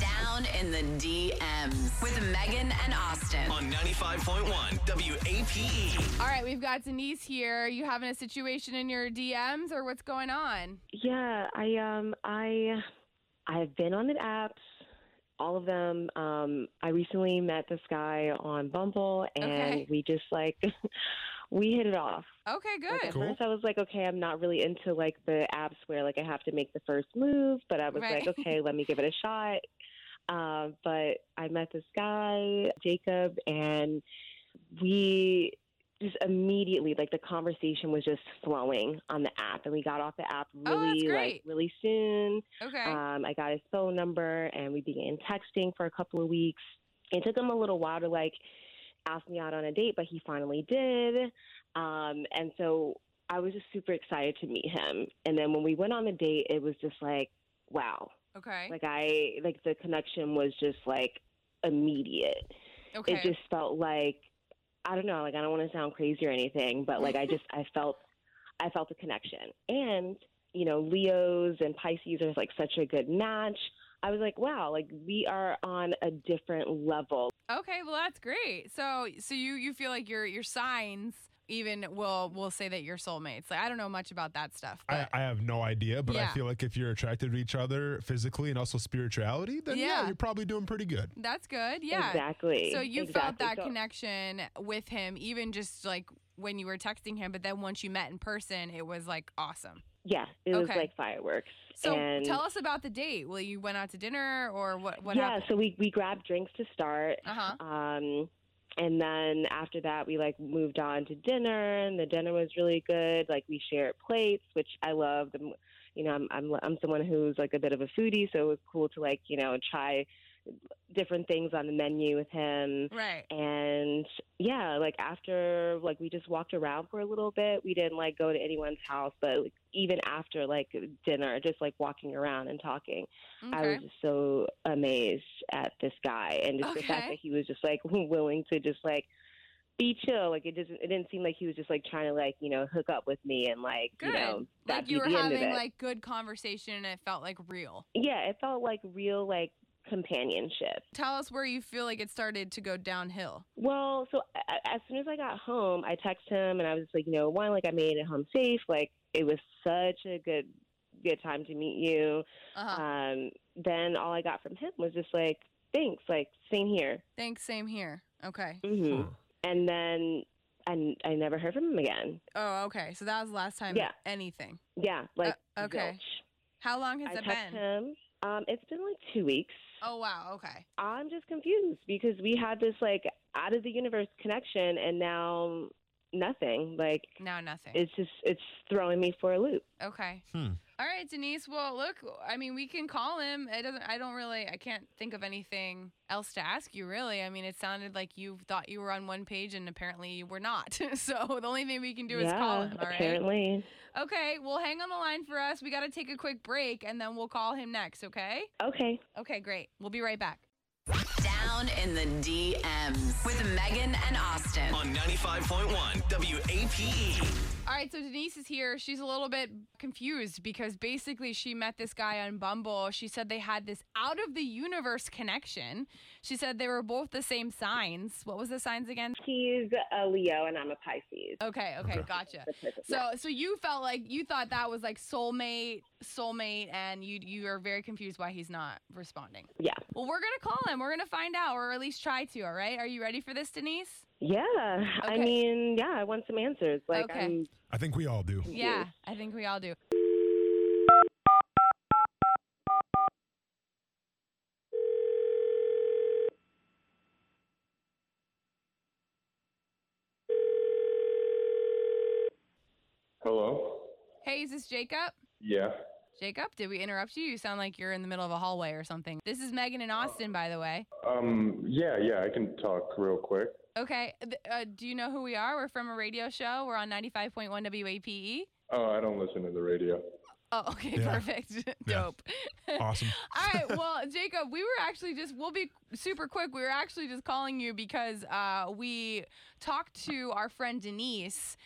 Down in the DMs with Megan and Austin. on 95.1 WAPE. All right, we've got Denise here. You having a situation in your DMs or what's going on? Yeah, I um I I've been on the apps, all of them. Um I recently met this guy on Bumble and Okay. we just like we hit it off. Okay, Like, at good. first I was like, okay, I'm not really into like the apps where like I have to make the first move, but I was Right. like, okay, let me give it a shot. Um, but I met this guy, Jacob, and we just immediately like the conversation was just flowing on the app and we got off the app Oh, that's really like great. really soon. Okay. Um, I got his phone number and we began texting for a couple of weeks. It took him a little while to like ask me out on a date, but he finally did. Um, and so I was just super excited to meet him. And then when we went on the date, it was just like, wow. Okay. Like I like the connection was just like immediate. It Okay. just felt like I don't know, like I don't want to sound crazy or anything, but like I just I felt I felt the connection. And, you know, Leos and Pisces are like such a good match. I was like, wow, like we are on a different level. Okay, well that's great. So so you you feel like your your signs even will will say that you're soulmates. Like I don't know much about that stuff, I, but I have no idea, but Yeah. I feel like if you're attracted to each other physically and also spirituality, then yeah, Yeah. you're probably doing pretty good. that's good. Yeah. Exactly. So you felt Exactly. that So- connection with him even just like when you were texting him, but then once you met in person, it was like awesome. Yeah, it was Okay. like fireworks. So and tell us about the date. Well, you went out to dinner or what what yeah, happened? so we we grabbed drinks to start. Uh-huh. Um, and then after that, we like moved on to dinner, and the dinner was really good. Like we shared plates, which I loved. And, you know, I'm I'm I'm someone who's like a bit of a foodie, so it was cool to like you know try different things on the menu with him. Uh-huh. Right. And yeah, like after like we just walked around for a little bit. We didn't like go to anyone's house, but like, even after like dinner, just like walking around and talking. I was just so amazed at this guy and just the fact Okay. that he was just like willing to just like be chill. Like it doesn't it didn't seem like he was just like trying to like, you know, hook up with me and like, Good. you know, that'd like you were be the end of having it. like good conversation and it felt like real. Yeah, it felt like real like companionship. Tell us where you feel like it started to go downhill. Well, so a- as soon as I got home, I texted him and I was just like, you know, one, like I made it home safe. Like it was such a good good time to meet you. Uh-huh. Um, then all I got from him was just like, thanks, like same here. Thanks, same here. Okay. hmm Huh. And then I, I never heard from him again. Oh, okay. So that was the last time Yeah. anything. Yeah, like Uh, okay. zilch. How long has I it text been? him. Um, it's been like two weeks. Oh wow, okay. I'm just confused because we had this like out of the universe connection, and now nothing. Like Now nothing. it's just it's throwing me for a loop. okay. Hmm. All right, Denise. Well, look, I mean, we can call him. It doesn't I don't really I can't think of anything else to ask you really. I mean, it sounded like you thought you were on one page and apparently you were not. so the only thing we can do is yeah, call him, all right? apparently. Okay, well, hang on the line for us. We got to take a quick break and then we'll call him next, okay? Okay. Okay, great. We'll be right back. Down in the DMs with Megan and Austin. On 95.1 WAPE. All right, so Denise is here. She's a little bit confused because basically she met this guy on Bumble. She said they had this out of the universe connection. She said they were both the same signs. What was the signs again? He's a Leo and I'm a Pisces. Okay, okay, Okay. gotcha. The perfect Oh. So so you felt like you thought that was like soulmate, soulmate and you you are very confused why he's not responding. Yeah. Well, we're going to call him. We're going to find out or at least try to, all right? Are you ready for this, Denise? Yeah. I Okay. mean, yeah, I want some answers. Like Okay. I'm I think we all do. Yeah, I think we all do. Hello. Hey, is this Jacob? Yeah. Jacob, did we interrupt you? You sound like you're in the middle of a hallway or something. This is Megan and Austin, by the way. Um. Yeah. Yeah. I can talk real quick. Okay. th- Uh, do you know who we are? We're from a radio show. We're on 95.1 WAPE. Oh, I don't listen to the radio. E. Oh, okay. Yeah. Perfect. Dope. Awesome. All right. Well, Jacob, we were actually just, we'll be super quick. We were actually just calling you because uh, we talked to our friend Denise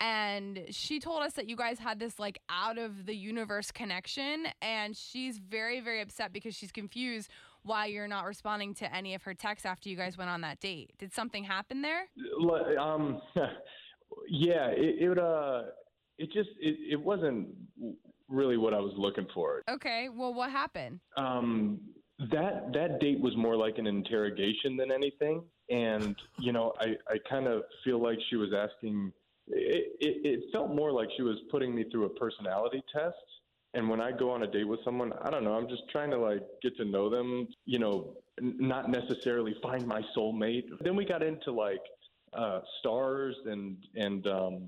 and she told us that you guys had this like out of the universe connection and she's very very upset because she's confused why you're not responding to any of her texts after you guys went on that date did something happen there Like, Um, yeah, it, it uh, it just it, it wasn't really what I was looking for. okay well what happened Um, that that date was more like an interrogation than anything, and you know, I I kind of feel like she was asking. It, it, it felt more like she was putting me through a personality test. And when I go on a date with someone, I don't know, I'm just trying to like get to know them, you know, n- not necessarily find my soulmate. Then we got into like uh, stars and and um,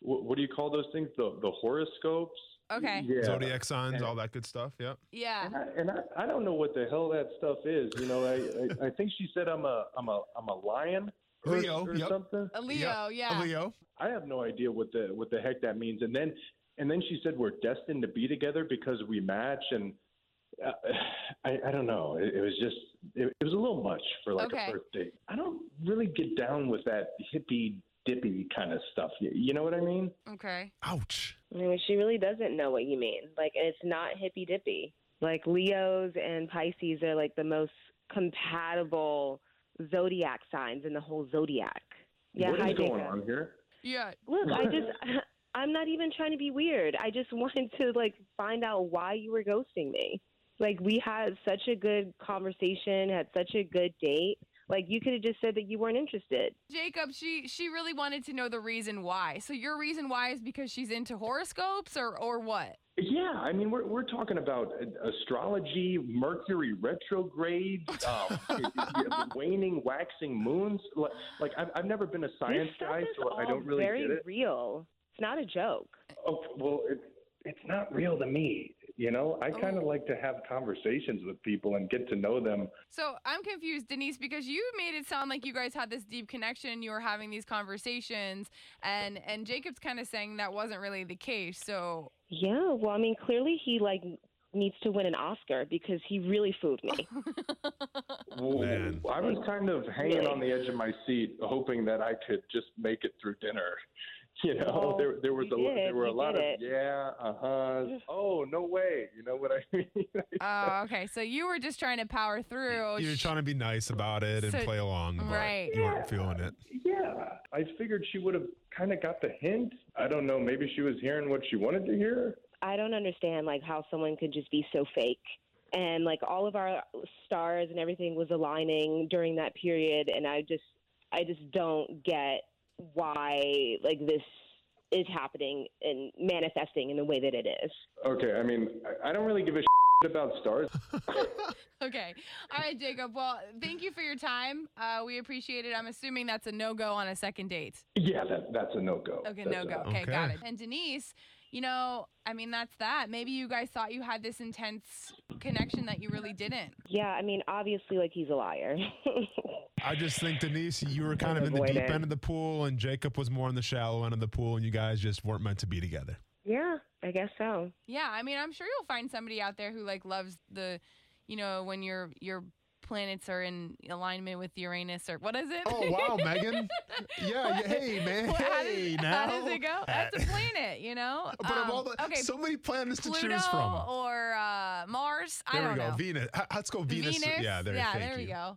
wh- what do you call those things? The the horoscopes. Okay. Yeah. Zodiac signs, Yeah. all that good stuff. Yep. yeah And I, and I, I don't know what the hell that stuff is. You know, I, I, I think she said I'm a I'm a I'm a lion or, Leo, or yep. something. A leo yeah A Leo. I have no idea what the what the heck that means. And then and then she said we're destined to be together because we match. And uh, I I don't know. It, it was just it, it was a little much for like Okay. a first date. I don't really get down with that hippy dippy kind of stuff. You, you know what I mean? okay Ouch. I mean, she really doesn't know what you mean. Like, it's not hippy dippy. Like, Leos and Pisces are like the most compatible zodiac signs in the whole zodiac. Yeah, what hi, is going Jacob. on here? yeah Look, I just, I'm not even trying to be weird. I just wanted to, like, find out why you were ghosting me. Like, we had such a good conversation, had such a good date. Like, you could have just said that you weren't interested. jacob she she really wanted to know the reason why so your reason why is because she's into horoscopes or or what Yeah, I mean, we're we're talking about uh, astrology, Mercury retrograde, um, waning, waxing moons. Like, like I've, I've never been a This science stuff guy, is so I all don't really very get it. real. It's not a joke. Oh, well, it's it's not real to me. You know, I kind of Oh. like to have conversations with people and get to know them. So I'm confused, Denise, because you made it sound like you guys had this deep connection. You were having these conversations, and and Jacob's kind of saying that wasn't really the case. So Yeah, well, I mean, clearly he like needs to win an Oscar because he really fooled me. Well, Man. I was kind of hanging Really? on the edge of my seat, hoping that I could just make it through dinner. You know, Well, there there was Oh, you a lo- did, there were a you lot of did it. yeah, uh huh. Oh no way. You know what I mean? oh, okay. So you were just trying to power through. You're trying to be nice about it and Oh, So- play along, but right. you weren't feeling it. Yeah, I figured she would have kind of got the hint. I don't know. Maybe she was hearing what she wanted to hear. I don't understand like how someone could just be so fake. And like all of our stars and everything was aligning during that period and I just I just don't get why like this is happening and manifesting in the way that it is. Okay, I mean, I, I don't really give a shit about stars. okay. All right, Jacob. Well, thank you for your time. Uh, we appreciate it. I'm assuming that's a no go on a second date. Yeah, that, that's a no go. Okay, no go. Okay, uh, Okay. got it. And Denise, you know, I mean, that's that. Maybe you guys thought you had this intense connection that you really didn't. Yeah, I mean obviously like he's a liar. I just think Denise, you were kind of in the Avoid deep it. end of the pool, and Jacob was more in the shallow end of the pool, and you guys just weren't meant to be together. yeah, I guess so. Yeah, I mean, I'm sure you'll find somebody out there who like loves the, you know, when your your planets are in alignment with Uranus or what is it? Oh wow, Megan! Yeah, yeah, hey man, What- how, does, hey how now. does it Uh, go? That's a planet, you know. But of Um, all the, okay, so many planets to Pluto choose from. or uh, Mars. There I don't we go, know. Venus. H- Let's go Venus. Yeah, there. yeah, thank there we you. go.